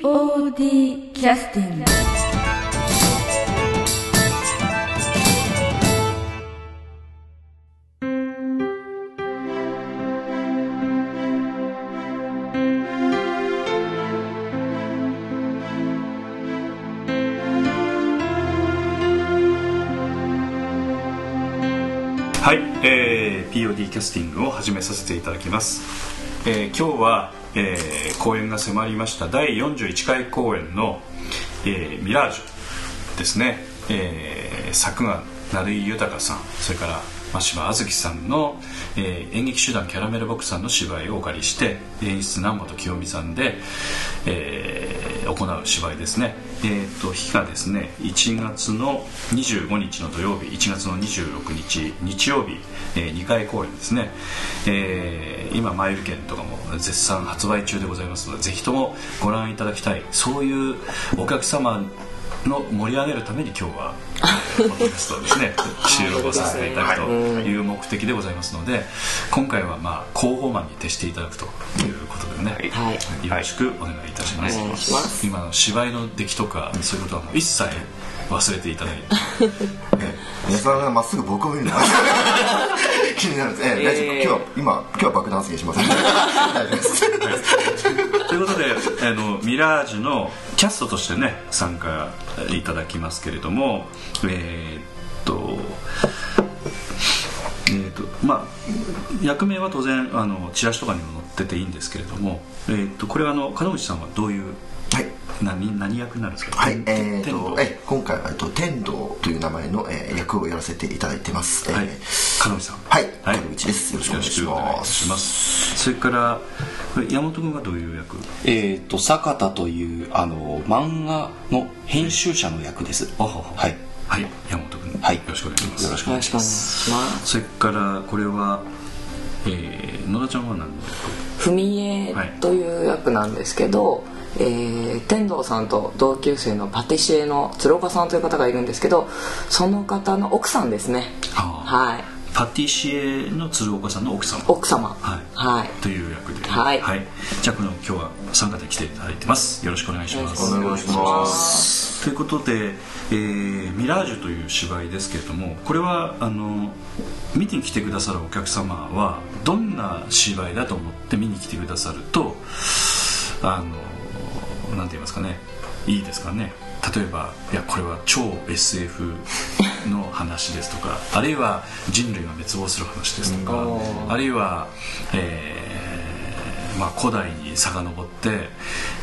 POD キャスティングはい、えー POD キャスティングを始めさせていただきます、えー今日は、えー公演が迫りました第41回公演の、えーミラージュ」ですね、えー作が成井豊さんそれから真柴あずきさんの、えー演劇集団キャラメルボックスさんの芝居をお借りして演出南本清美さんで、えー行う芝居ですね、えー、と日がですね1月の25日の土曜日1月の26日日曜日、え2回公演ですね、えー今マイル券とかも絶賛発売中でございますのでぜひともご覧いただきたいそういうお客様の盛り上げるために今日はポッドキャストをですね収録をさせていただくという目的でございますので今回はまあ広報マンに徹していただくということでね、はい、よろしくお願いいたします,、お願いします今の芝居の出来とかそういうことはもう一切忘れていただいて安田がま っすぐ僕を見るの気になるんですええ大丈夫え今え日は今今日は爆弾すぎしま す大丈夫ですということで あのミラージュのキャストとしてね参加いただきますけれどもえーっとえーっとまあ役名は当然あのチラシとかにも載ってていいんですけれども、えーっとこれはあの門口さんはどういうはい何何役になるんですかはい、天えー、天道と、え今回は、えっと、天道という名前の、えー役をやらせていただいてます。えーはい、門口さんはいはい、門口ですよろしくお願いしますよろくお願いしますそれからこれ山本君はどういう役えっ、と坂田というあの漫画の編集者の役ですあははははいはい山本君、はいよろしくお願いしますよろしくお願お願いいししまますす。まあ、それからこれは、えー、野田ちゃんは何の文江という役なんですけど、えー天童さんと同級生のパティシエの鶴岡さんという方がいるんですけど、その方の奥さんですね。あーはい、パティシエの鶴岡さんの奥様奥様。はいはい。という役でははいじゃあこの今日は参加で来ていただいてますよろしくお願いしますお願いします。ということで、えーミラージュ」という芝居ですけれどもこれはあの見に来てくださるお客様はどんな芝居だと思って見に来てくださるとあのなんて言いますかねいいですかね例えばいやこれは超 SF の話ですとかあるいは人類が滅亡する話ですとかあるいは、えーまあ、古代に遡って、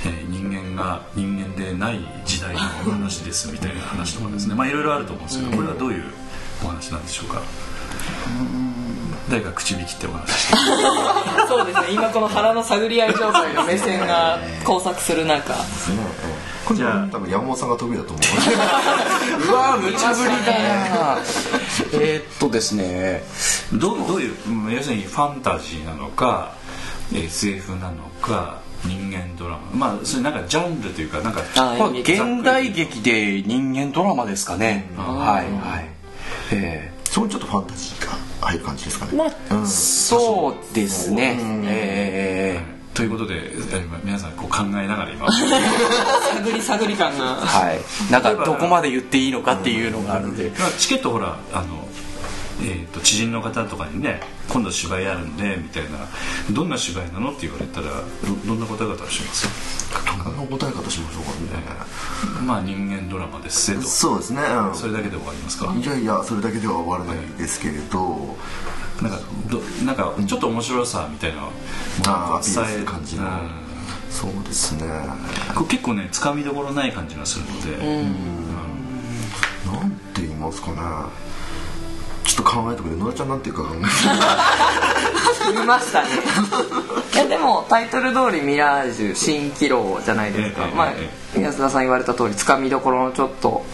えー人間が人間でない時代のお話ですみたいな話とかですねまあいろいろあると思うんですけどこれはどういうお話なんでしょうか誰か口引きってお話してそうですね。今この腹の探り合い状態の目線が交錯する中、ねえじゃあえ多分山本さんが得意だ と思う。うわー無茶ぶりだな えーっとですねどうどういううん要するにファンタジーなのか SF なのか人間ドラマまあそれなんかジャンルというかなんかあまあ現代劇で人間ドラマですかねはいはいえーそこにちょっとファンタジーが入る感じですかね。まうあんそうですねえーということでえー皆さんこう考えながら 今探り探り感が。はい、なんかどこまで言っていいのかっていうのがあるんで、まあチケットほらあの、えー、と知人の方とかにね今度芝居やるんでみたいなどんな芝居なのって言われたらどどんな答え方をしますどんな答え方しましょうかみたいな。まあ人間ドラマですせとそうですね。うんそれだけで終わりますかいやいやそれだけでは終わらないですけれど、なんかどなんかちょっと面白さみたいなものあをー伝アピールすえる感じうのんそうですね。こう結構ねつかみどころない感じがするので、なんて言いますかね。ちょっと考えてくれ。野田ちゃんなんていうか考えて。見ましたね いやでもタイトル通り「ミラージュ新気楼」じゃないですか、ええまあえ、安田さん言われた通りつかみどころのちょっと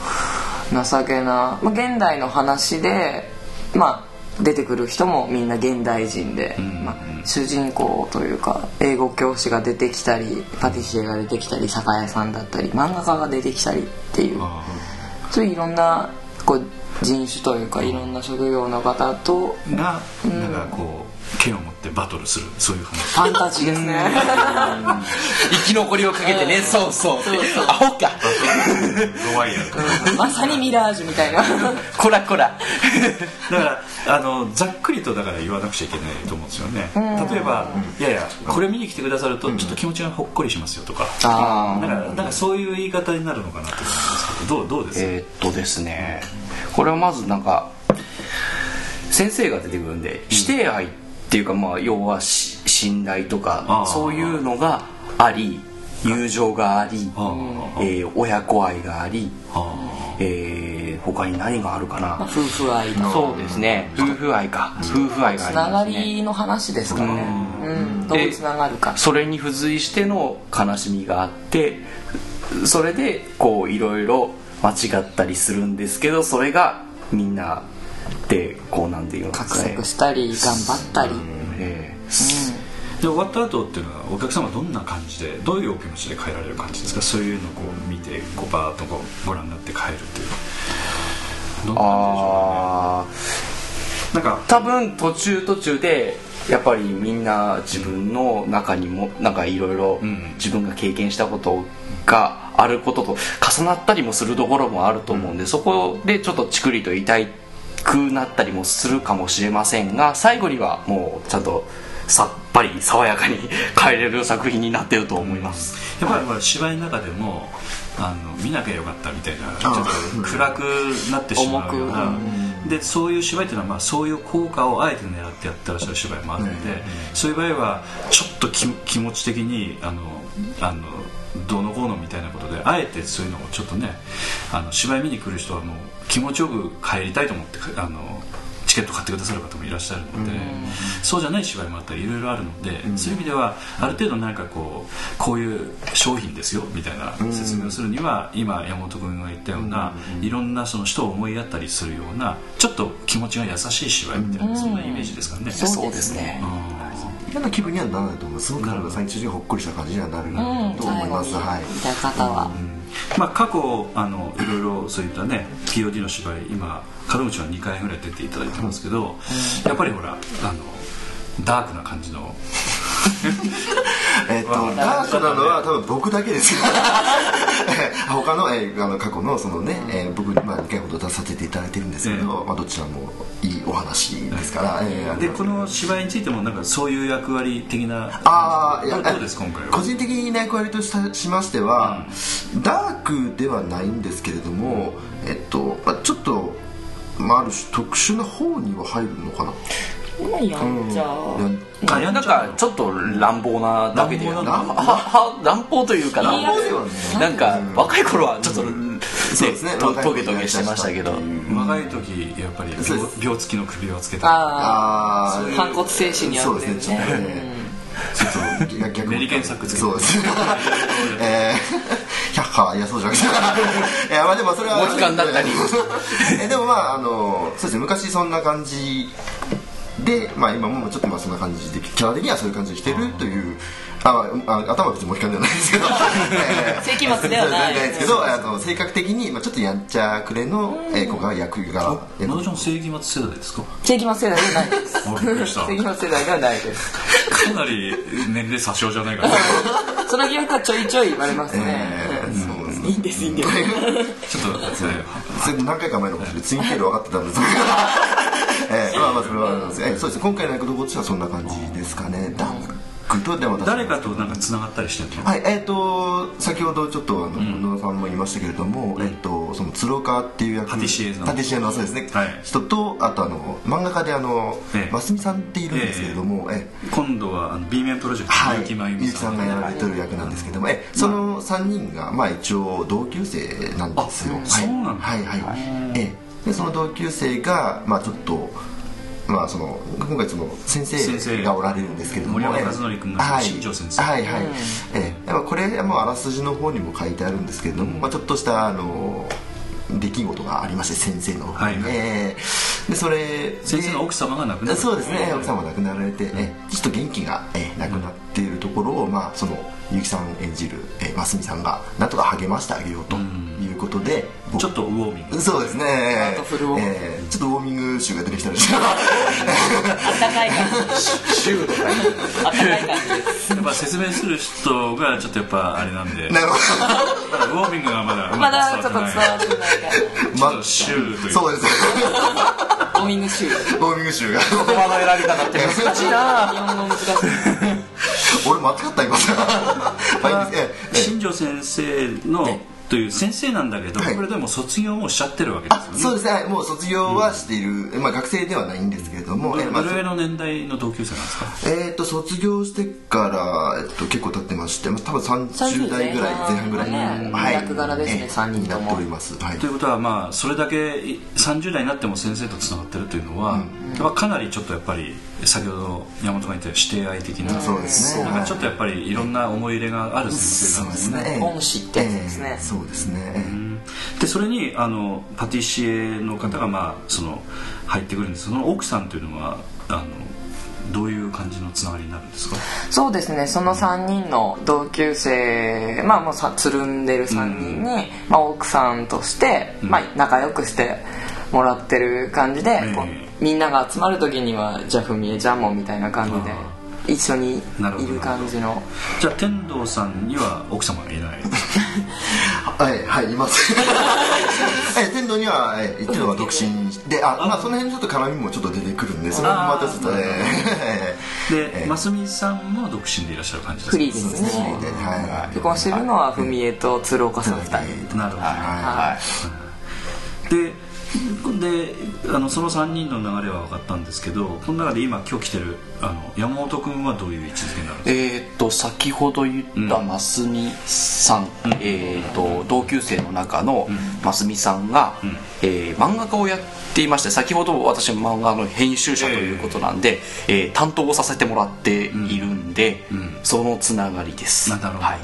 情けな、まあ、現代の話で、まあ、出てくる人もみんな現代人で、まあ、主人公というか英語教師が出てきたりパティシエが出てきたり酒屋さんだったり漫画家が出てきたりっていうあそういういろんなこう人種というかいろんな職業の方とがなんかこう剣を持ってバトルするそういう話 ファンタジーです ね生き残りをかけてね、そうそうアホかロワイヤルとかまさにミラージュみたいなこらこらだからあのざっくりとだから言わなくちゃいけないと思うんですよね例えば「いやいやこれ見に来てくださるとちょっと気持ちがほっこりしますよ」とかあなんかなんかそういう言い方になるのかなと思うんですけどどうどうですか、えーっとですねこれはまずなんか先生が出てくるんで師弟愛っていうかまあ要はし信頼とあかーそういうのがあり友情がありあーえー親子愛がありあえー他に何があるかな夫婦愛のそうですね夫婦愛か夫婦愛があつりながますねりの話ですからねうんどうつながるかそれに付随しての悲しみがあってそれでこういろいろ間違ったりするんですけどそれがみんなでこうなんていうのか画策したり頑張ったりえーで終わった後っていうのはお客様どんな感じでどういうお気持ちで帰られる感じですかそういうのをこう見てこうバーッとこうご覧になって帰るというどんな感じでしーょああうかねなんか多分途中途中でやっぱりみんな自分の中にもなんかいろいろうん自分が経験したことがあることと重なったりもするところもあると思うんでそこでちょっとチクリと痛くなったりもするかもしれませんが最後にはもうちゃんとさっぱり爽やかに帰れる作品になってると思います、やっぱりほら芝居の中でもあの見なきゃよかったみたいなちょっと暗くなってしまうような重でそういう芝居っていうのは、まあ、そういう効果をあえて狙ってやってらっしゃる芝居もあるので、そういう場合はちょっとき気持ち的にあのあのどうのこうのみたいなことであえてそういうのをちょっとねあの芝居見に来る人はもう気持ちよく帰りたいと思ってあのチケット買ってくださる方もいらっしゃるので、そうじゃない芝居もあったりいろいろあるので、そういう意味ではある程度なんかこうこういう商品ですよみたいな説明をするには、今山本君が言ったような、いろんなその人を思いやったりするようなちょっと気持ちが優しい芝居みたいな、そんなイメージですかね。そうですね変な気分にはならないと思うすごくなんか最中にほっこりした感じにはなると思います、はい見た方はまあ、過去あのいろいろそういったね POD の芝居今門口は2回ぐらい出ていただいてますけど、やっぱりほらあのダークな感じのえっとダークなのは多分僕だけですよ 他の,、えーあの過去のそのね、えー僕、まあ、2回ほど出させていただいてるんですけど、まあ、どちらもいいお話ですから、えーあのでこの芝居についてもなんかそういう役割的なあーいどやうどうです今回は個人的に役割としたしましては、ダークではないんですけれども、えっとまあ、ちょっと、まあ、ある種特殊な方には入るのかなやんちゃいやあやなんちゃうかちょっと乱暴なだけで乱暴なはは 乱暴というか言いやすいなんか若い頃はちょっと、ねそうですねと若いト頃ゲトゲしてましたけどやりだ したっていう若い時やっぱりそうで病す病付きの首をつけたあああー反骨精神にあそうんるでだすよねちょっとね、ねちょっと逆逆メ リケンサックつけてそうですねえー、百花いやそうじゃなくていやまあでもそれはモヒカンだったり えでもまああのそうですね昔そんな感じで、まあ、今もちょっとまあそんな感じでキャラ的にはそういう感じで来てるというああ頭は別にモヒカンではないですけどえー世紀末ではないそうですけどあの性格的に、まあ、ちょっとやんちゃくれの、えー、子が役が野田ちゃん正義末世代ですか 世紀末世代ではないですあびっくりした世紀末世代ではないですかなり年齢詐称じゃないかな その疑惑はちょいちょい言われますねえーそうですねいいんですいいんでちすょっとねそれ何回か前のことでツインテール分かってたんですけど ええまあまあそれはあれなんですけどええそうですね今回の役どこっちはそんな感じですかねダークとでも私誰かとなんかつながったりしてるのはいえっ、と先ほどちょっとあの近藤さんも言いましたけれども、えっ、とその鶴岡っていう役パティシエのパティシエのそうですね、はい人とあとあの漫画家であの、ええ真澄さんっているんですけれども、ええ今度はあの B 面プロジェクトはのい、結城真由ゆ美うきささんんがやられてる役なんですけども、えその3人が、まあ、一応同級生なんですよあはいそうなんだはいはいはいええでその同級生が、まあ、ちょっとまあその今回その先先生生がおられるんですけれども森山ええ和則君がはい新庄先生はいはい、ええまあこれもうあらすじの方にも書いてあるんですけれども、まあ、ちょっとしたあの出来事がありまして先生の方に、はいはいええでそれ先生の奥様が亡くなったそうですね奥様が亡くなられて、えちょっと元気が、えなくなっているところを、まあ、その結城さん演じる、え真澄さんがなんとか励ましてあげようということで、ことで僕ちょっとウォーミングそうですねートフルウォーミングえーちょっとウォーミング臭が出てきた でしょ暖かい感じ 週とかに暖かい感じやっぱ説明する人がちょっとやっぱあれなんでなるほまだウォーミングがまだうままくだちょっと伝わ伝わっってないてないかどちょっとシューというそうです らウォーミングシューウォーミング臭が 言葉の選び方って難しいな日本語難しい俺間違った今 はいいいですえーえー新庄先生のという先生なんだけど、はいこれでも卒業もしちゃってるわけあですそようねですねはいもう卒業はしている、まあ、学生ではないんですけれども、どえーまあどれぐらいの年代の同級生なんですかえー、と卒業してから、えっと、結構経ってまして、まあ、多分30代ぐらい30前半ぐらいね役柄ですね三人とにもなっております、はいということはまあそれだけ30代になっても先生とつながってるというのは、やっぱかなりちょっとやっぱり先ほど山本が言ったように師弟愛的な、そうですねなんかちょっとやっぱりいろんな思い入れがある先生なんですね、恩師ってやつですねえーそうですねでそれにあのパティシエの方が、まあ、その入ってくるんですその奥さんというのはあのどういう感じのつながりになるんですか そうですねその3人の同級生まあもうさつるんでる3人に、まあ、奥さんとして、まあ、仲良くしてもらってる感じで、ええこうみんなが集まる時にはじゃあふみえちゃんもみたいな感じあで一緒にいなるほどる感じのじゃあ天童さんには奥様がいないはいはいいますえー天童には、えー、一度は独身であまあその辺ちょっと絡みもちょっと出てくるんでそれもまたちょっとねで、ますみさんも独身でいらっしゃる感じですかフリーですねでは結婚してるのはふみえと鶴岡さん2人なるほど、はいでであのその3人の流れは分かったんですけどこの中で今今日来てるあの山本君はどういう位置づけになるんですえーっと先ほど言ったますみさん、えーっと同級生の中のますみさんが、えー漫画家をやっていまして先ほど私も漫画の編集者ということなんで、えー担当をさせてもらっているんで、そのつながりです。なるほどはい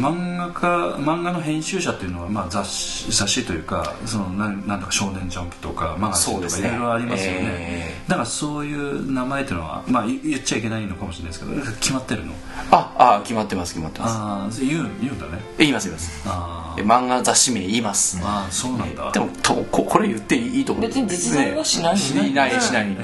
漫画家漫画の編集者っていうのは、まあ、雑誌雑誌というかそのなんなんとか「少年ジャンプ」とか「マガジン」とかそういですねろいろありますよねえだからそういう名前っていうのは、まあ、言言っちゃいけないのかもしれないですけどなんか決まってるのああ決まってます決まってます。ああ言う言うんだね言います言います。あえ漫画雑誌名言います。ーあーそうなんだでもとここれ言っていいと思う別に実在はしないしないしないしない、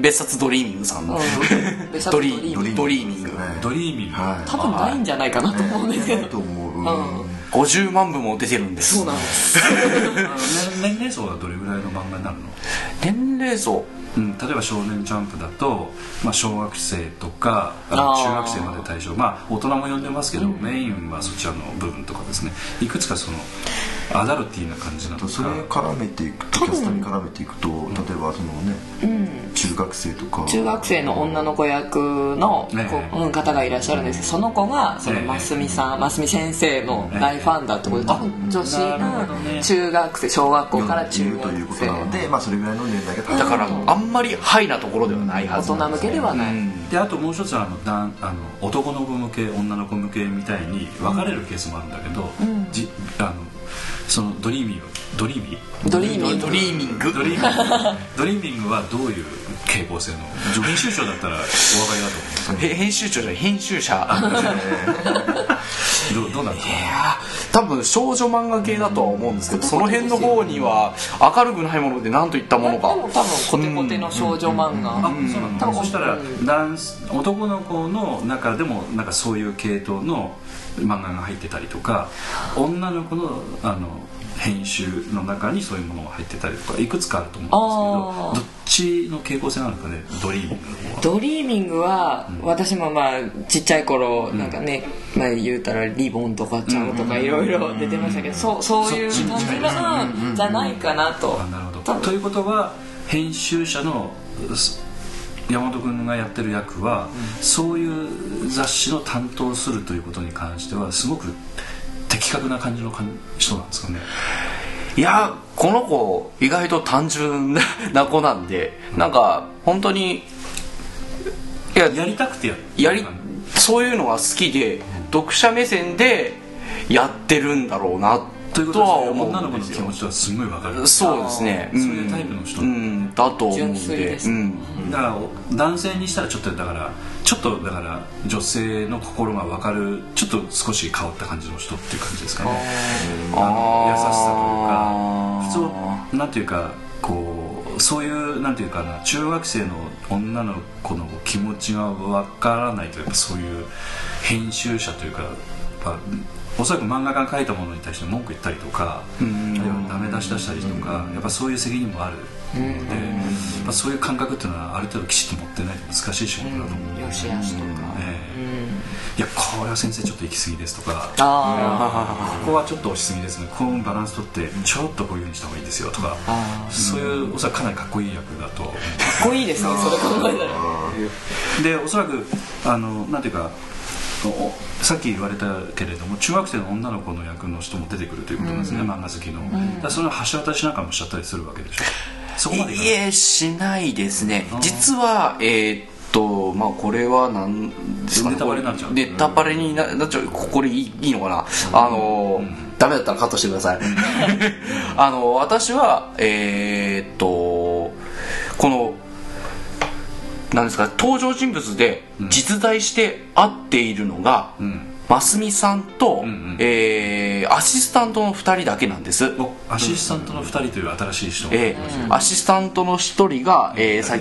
別冊ドリーミングさんの、 別冊ドドリリーミーミンンググドリーミングドリーミング、はい多分ないんじゃないかなと思うんですけないどと思う、うん50万部も出てるんですそうなんですあの年年齢層はどれぐらいの漫画になるの年齢層うん、例えば「少年ジャンプ」だと、まあ、小学生とかああのー中学生まで対象まあ大人も呼んでますけど、メインはそちらの部分とかですねいくつかそのアダルティーな感じなのかそれに絡めていくとキャストに絡めていくと、例えばそのね、中学生とか中学生の女の子役のええこううん方がいらっしゃるんですけどその子がそのええますみさんますみ先生の大ファンだってことで多分女子なるほどねが中学生小学校からい中るという学こと生なので、まあ、それぐらいの年代が高いだからあんまりハイなところではないは大ず人なん向ですけではない、であともう一つはあの男あの男の子向け女の子向けみたいに分かれるケースもあるんだけど、じあのそのドリーミーはドリーミードリーミングドリーミングドリーミング ドリーミングはどういう傾向性の編集長だったらお分かりだと思うんですへ編集長じゃない編集 者けどどうどうなんですかね多分少女漫画系だとは思うんですけどその辺の方には明るくないもので何といったものでもか多分コテコテの少女漫画、あそうなのそしたら男子男の子の中でもなんかそういう系統の漫画が入ってたりとか女の子のあの編集の中にそういうものが入ってたりとかいくつかあると思うんですけどどっちの傾向性なのかねドリーミングの方は。ドリーミングは私もまあちっちゃい頃なんかね、まあ、言うたらリボンとかちゃんとかいろいろ出てましたけどそうそういう感じがうんじゃないかなとあなるほ多ど分ということは編集者のす山本君がやってる役は、そういう雑誌の担当をするということに関してはすごく的確な感じの感人なんですかねいやーこの子意外と単純な子なんでなんか本当にいややりたくてやるやりそういうのが好きで読者目線でやってるんだろうなということとはは思うんですよ女の子の気持ちはすごいわかるそうですねそういうタイプの人うんだと思うん純粋でですうんだから男性にしたらちょっとだからちょっとだから女性の心が分かるちょっと少し変わった感じの人っていう感じですかねあの優しさというか普通なんていうかこうそういうなんていうかな中学生の女の子の気持ちが分からないとやっぱそういう編集者というか、まあおそらく漫画家が描いたものに対して文句言ったりとかあるいはダメ出し出したりとかやっぱそういう責任もあるので、まあ、そういう感覚っていうのはある程度きちっと持ってないと難しい仕事だと思うんで、よしあしとかええいやこれは先生ちょっと行き過ぎですとかあここはちょっと押しすぎですねこのバランス取ってちょっとこういうふうにした方がいいですよとかそういうおそらくかなりかっこいい役だと思あかっこいいですねそれ考えたらうでおそらくあのなんていうかおさっき言われたけれども中学生の女の子の役の人も出てくるということなんですね、漫画好きの、だからその橋渡しなんかもしちゃったりするわけでしょそこまでいかいないえしないですね実はえーっとまあこれはなんですかねネタバレになっちゃうネタバレにななっちゃうここでいいいいのかなあのーダメだったらカットしてください あの私はえーっとこのなんですか登場人物で実在して会っているのが、ん真澄さんんと、うんえーアシスタントの2人だけなんです、おアシスタントの2人という新しい人、えーアシスタントの一人が、えーさえ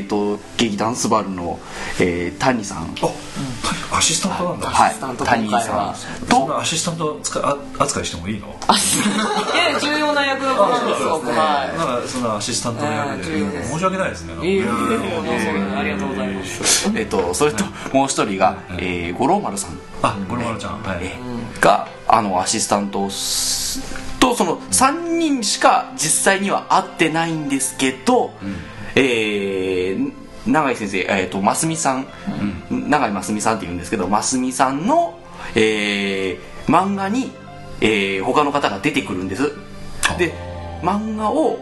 ー、と劇団スバルの、えー、谷さんあ、アシスタントなんだ、はいスタント谷今回さはんそんとなアシスタント扱いあ扱いしてもいいのいや重要な役だと思うんですよはいなんかそのアシスタントの役で、ええ重要です申し訳ないですねなんかいいよで もどうぞありがとうございますえー、とそれともう一人が、えー、五郎丸さんあ五郎丸ちゃんはい、があのアシスタントをすとその3人しか実際には会ってないんですけど、えー永井先生、えー、と真澄さん、永井真澄さんって言うんですけど真澄さんの、えー漫画に、えー他の方が出てくるんですで漫画を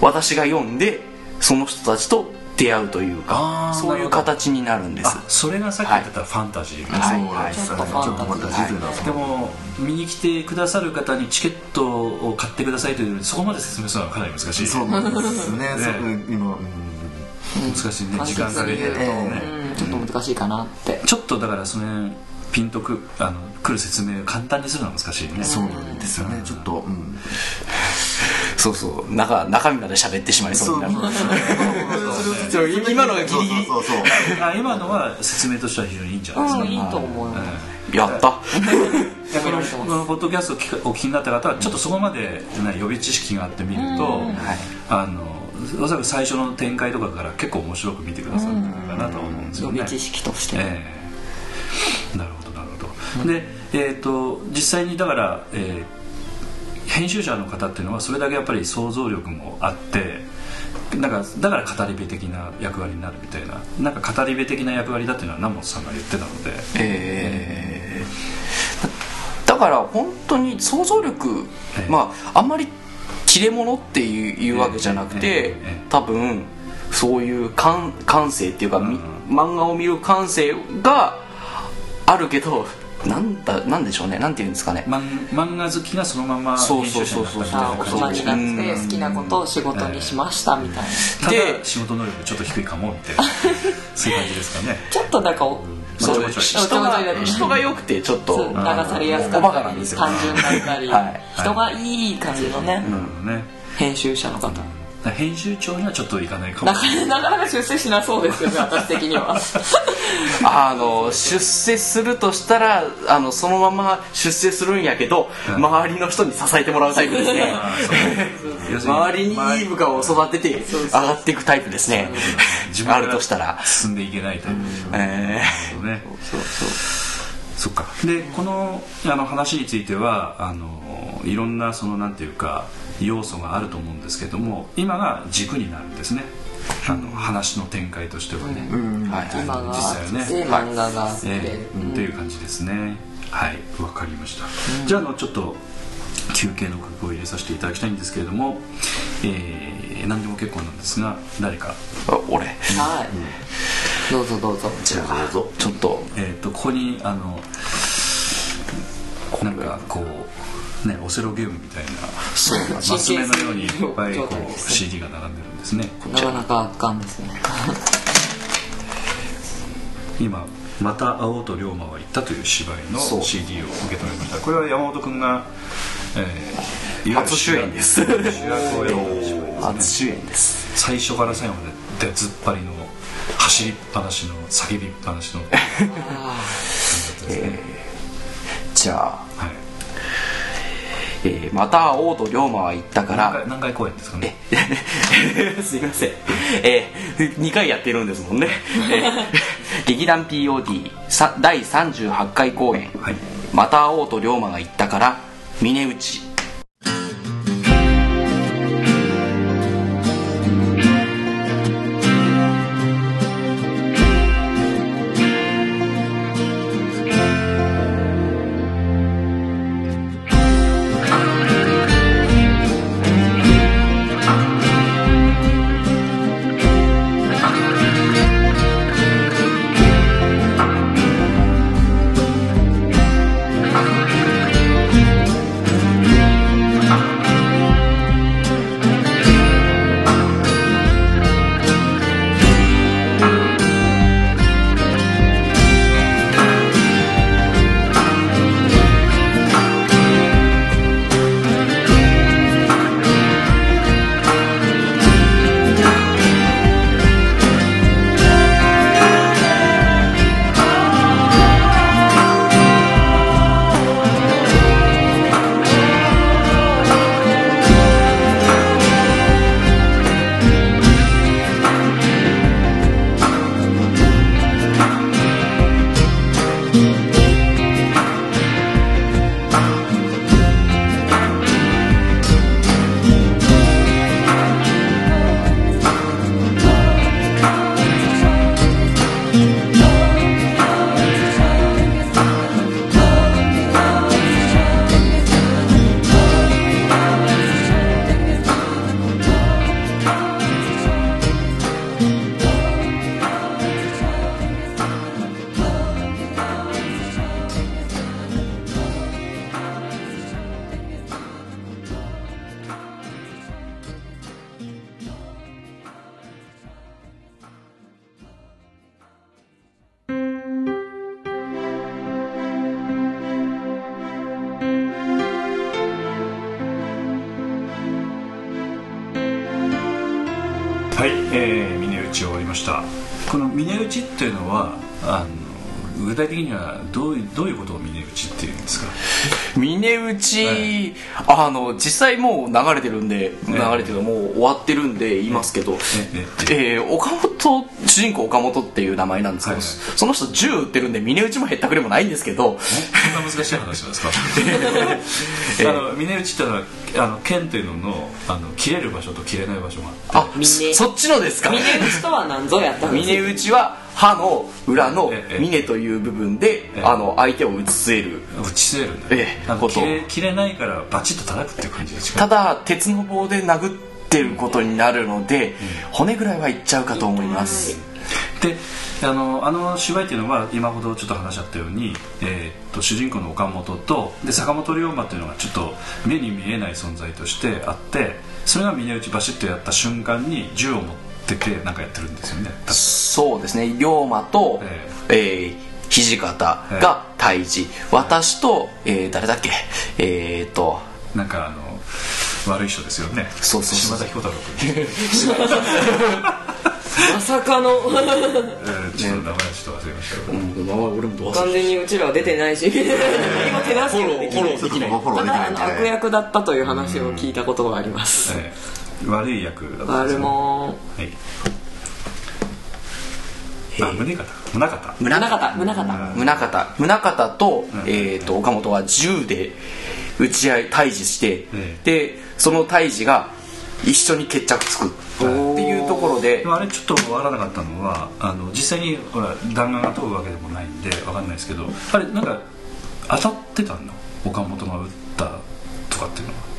私が読んでその人たちと出会うというあかーそういう形になるんですあそれがさっき言ってたファンタジー、はいちょっとまたジーというのはでも見に来てくださる方にチケットを買ってくださいというそこまで説明するのはかなり難しいそうなんですねねそううん今うん難しいね時間が出て間接的に言うとねうんちょっと難しいかなってちょっとだからその辺ピンとくあの来る説明を簡単にするのは難しいねそうなんですよねちょっとうんそうそう中中身まで喋ってしまいそうになるそうそう今のがギリギリそうそうそうあ今のは説明としては非常にいいんじゃないですか、うんいいと思うやだったからこのポッドキャストを聞くお聞きになった方はちょっとそこまで、ね、予備知識があってみると、あのおそらく最初の展開とかから結構面白く見てくださるんじゃないかなと思うんです予よね。備知識としてええなるほどなるほど。で、えー、と実際にだから、えー編集者の方っていうのはそれだけやっぱり想像力もあって。なんかだから語り部的な役割になるみたいななんか語り部的な役割だっていうのは南本さんが言ってたので、えーだだから本当に想像力、ええまああんまり切れ者っていういうわけじゃなくええて、ええ多分そういう感感性っていうか、み漫画を見る感性があるけどなんだなんでしょうねなんていうんですかね、マン漫画好きがそのままそう編そ集う者にそうなっそうたあみたいな大人感じになって好きなことを仕事にしましたみたいなたでだ仕事能力ちょっと低いかもみたいな そういう感じですかねちょっとなんかおそうまあちょいちょい人がちょいちょい人が良くてちょっと流されやすかおバカなったんですりよ単純だったり、はい人がいい感じのね、なるほどね編集者の方だから編集長にはちょっといかないかもなかなかなか出世しなそうですよね私的にはあの出世するとしたらあのそのまま出世するんやけど、周りの人に支えてもらうタイプですね 要する周りにいい部下を育てて上がっていくタイプですね自分あがるとしたら、進んでいけないというえことねそっかでこのあの話についてはあのいろんなそのなんていうか要素があると思うんですけども今が軸になるんですねあの話の展開としてはね、ーはい今が実あ際はねって、漫画があって、ええという感じですねはいわかりました、じゃああのちょっと休憩の曲を入れさせていただきたいんですけれども、えー何でも結構なんですが誰か、あ俺はい、どうぞどうぞじゃあちょっとえー、とここにあのこなんかこうねオセロゲームみたいなそうなんマですス目のようにいっぱいこ神経衰弱状態でうす CD が並んでるんですねなかなか圧巻です ね今「また会おうと龍馬は言った」という芝居のそう CD を受け取りましたこれは山本君が、えーいわゆる初主演です主役をやる芝居ですね初主演です最初から最後まで出ずっぱりの走りっぱなしの叫びっぱなしの感じだったですね、じゃあ、はいえーまた会おうと龍馬は言ったか何ら回何回公演ですかね すいません、えー、2回やってるんですもんね、えー劇団 POD さ第38回公演、はいまた会おうと龍馬が言ったから峰内はい、えー、峰打ち終わりましたこの峰打ちっていうのはあの具体的にはどういどういうことを峰打ちっていうんですか峰内、あの実際もう流れてるんで流れてるもう終わってるんで言いますけど、ええー岡本主人公岡本っていう名前なんですけど、はいはいその人銃撃ってるんで峰内もへったくれもないんですけどそんな難しい話なんですか あの峰打ちってのはあの剣というののあの切れる場所と切れない場所があってあ峰そそっちのですか峰内とは何ぞやったんです峰打ちは歯の裏のええ峰という部分でええあの相手を打ち据える打ち据えるんだよええあのこと切れ切れないからバチッと叩くっていう感じで近いただ鉄の棒で殴ってることになるので骨ぐらいはいっちゃうかと思いますであのあの芝居っていうのは今ほどちょっと話しあったように、えーっと主人公の岡本とで坂本龍馬というのがちょっと目に見えない存在としてあってそれが峰打ちバシッとやった瞬間に銃を持っててなんかやってるんですよねだそうですね龍馬と、えー土方が退治、私と、えー誰だっけえー、っとなんかあの悪い人ですよねそうそうそ島う田彦太郎まさかの君、えーちょっと名前はちょっと忘れましたけど、俺もどう完全にうちらは出てないし何も手助けもできないちょっとここフォローできただなあいんでの悪役だったという話を聞いたことがありますえー悪い役だったんあですれよねもはいあ胸方胸方村宗中方宗方宗方宗方と,、んえー、と岡本は銃で打ち合い対峙して、えでその対峙が一緒に決着つくっていうところででもあれちょっと分からなかったのはあの実際にほら弾丸が飛ぶわけでもないんで分かんないですけどあれなんか当たってたの岡本が打ったとかっていうのは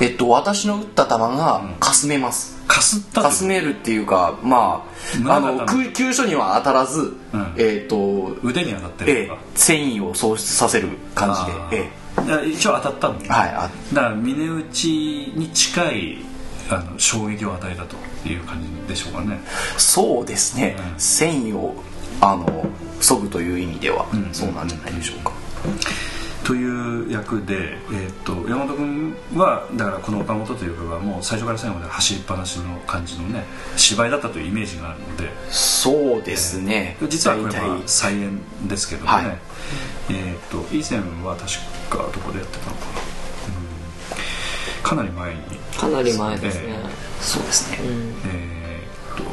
えっと、私の打った球がかすめます、かすったかすめるっていうかまああ胸のが急急所には当たらず、うんえっと腕に当たったえりえとか、繊維を喪失させる感じあーで、えあ一応当たったんだよはいあだから峰打ちに近いあの衝撃を与えたという感じでしょうかねそうですね、うん繊維をあの削ぐという意味では、んそうなんじゃないでしょうか、という役で、えーっと山本君はだからこの岡本という役はもう最初から最後まで走りっぱなしの感じのね芝居だったというイメージがあるのでそうですね、実はこれ大は体再演ですけどもね、はいえーっと以前は確かどこでやってたのかな、うんかなり前にかなり前ですね、そうですね、えーっと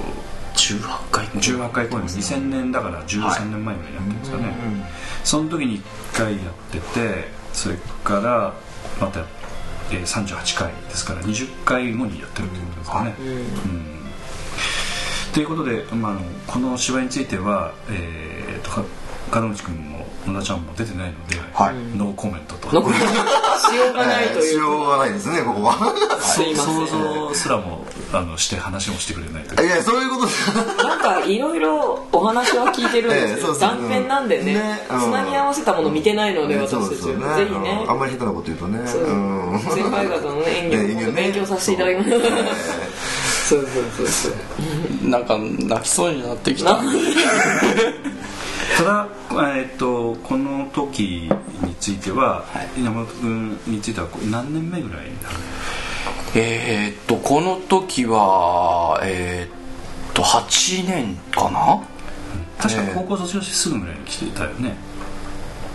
18回18回公演2000年だから13年前ぐらいにやってるんですかね、その時に1回やっててそれからまた、えー38回ですから20回後にやってるってことですかね、うんということで、まあ、あのこの芝居については、えー、とか門口君も野田ちゃんも出てないので、はいノーコメントと残りしようがないとしいうようがないですねここはすいませ想ん像すらもあのして話もしてくれないといういやそういうことなんかいろいろお話は聞いてるんですけええそうどそう断片なんでねねうんつなぎ合わせたもの見てないのでね私そうたでちすよはぜひねねあんまり下手なこと言うとねそううん先輩方のね演 ね技演技ををね勉強させていただきましたそうそうそうそうなんか泣きそうになってきたただ、えーっとこの時については、山本君についてはこう何年目ぐらいになるえーっとこの時はえーっと8年かな確か高校卒業してすぐぐらいに来ていたよね、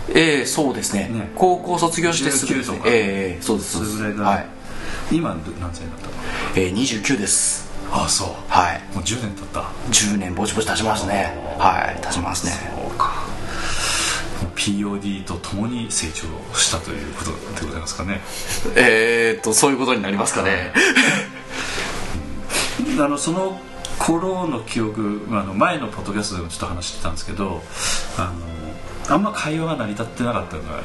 ええそうですねね高校卒業してすぐです19ねとかええそうですそうですそれぐらいが、はい、今何歳になったのえー、29ですああそうはいもう10年経った10年ぼちぼち経ちますねはい経ちますねそうか POD と共に成長したということでございますかねえーっとそういうことになりますかねあのその頃の記憶あの前のポッドキャストでもちょっと話してたんですけどあのあんま会話が成り立ってなかったのが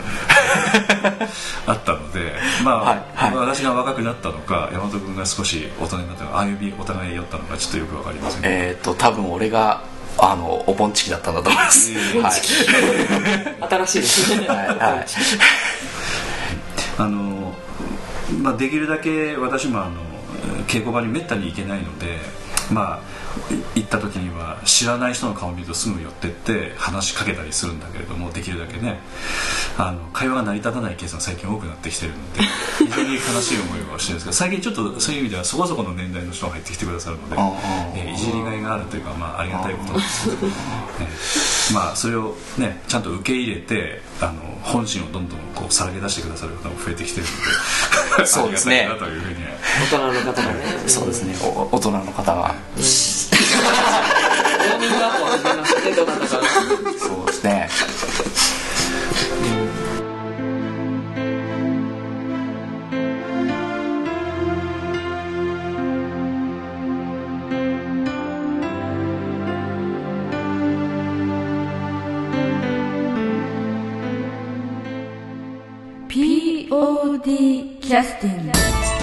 あったの で、まあはいはい私が若くなったのか山本君が少し大人になったのか歩みお互い酔ったのかちょっとよく分かりませんけど、えーっと多分俺があのお盆チキだったんだと思います、はい新しいですねはいはいあのまあ、できるだけ私もあの稽古場にめったに行けないので、まあ、い行った時には知らない人の顔を見るとすぐ寄ってって話しかけたりするんだけれどもできるだけねあの会話が成り立たないケースが最近多くなってきてるので非常に悲しい思いをしてるんですけど最近ちょっとそういう意味ではそこそこの年代の人が入ってきてくださるので、えーいじりがいがあるというか、まあ、ありがたいことなんですけど、ねまあ、それを、ね、ちゃんと受け入れてあの本心をどんどんこうさらけ出してくださる方も増えてきてるのでそうですねありがたいなというふうに大人の方がねそうですねお大人の方がウォーミングアップを始めましたねどなたかがそうですねー POD キャスティング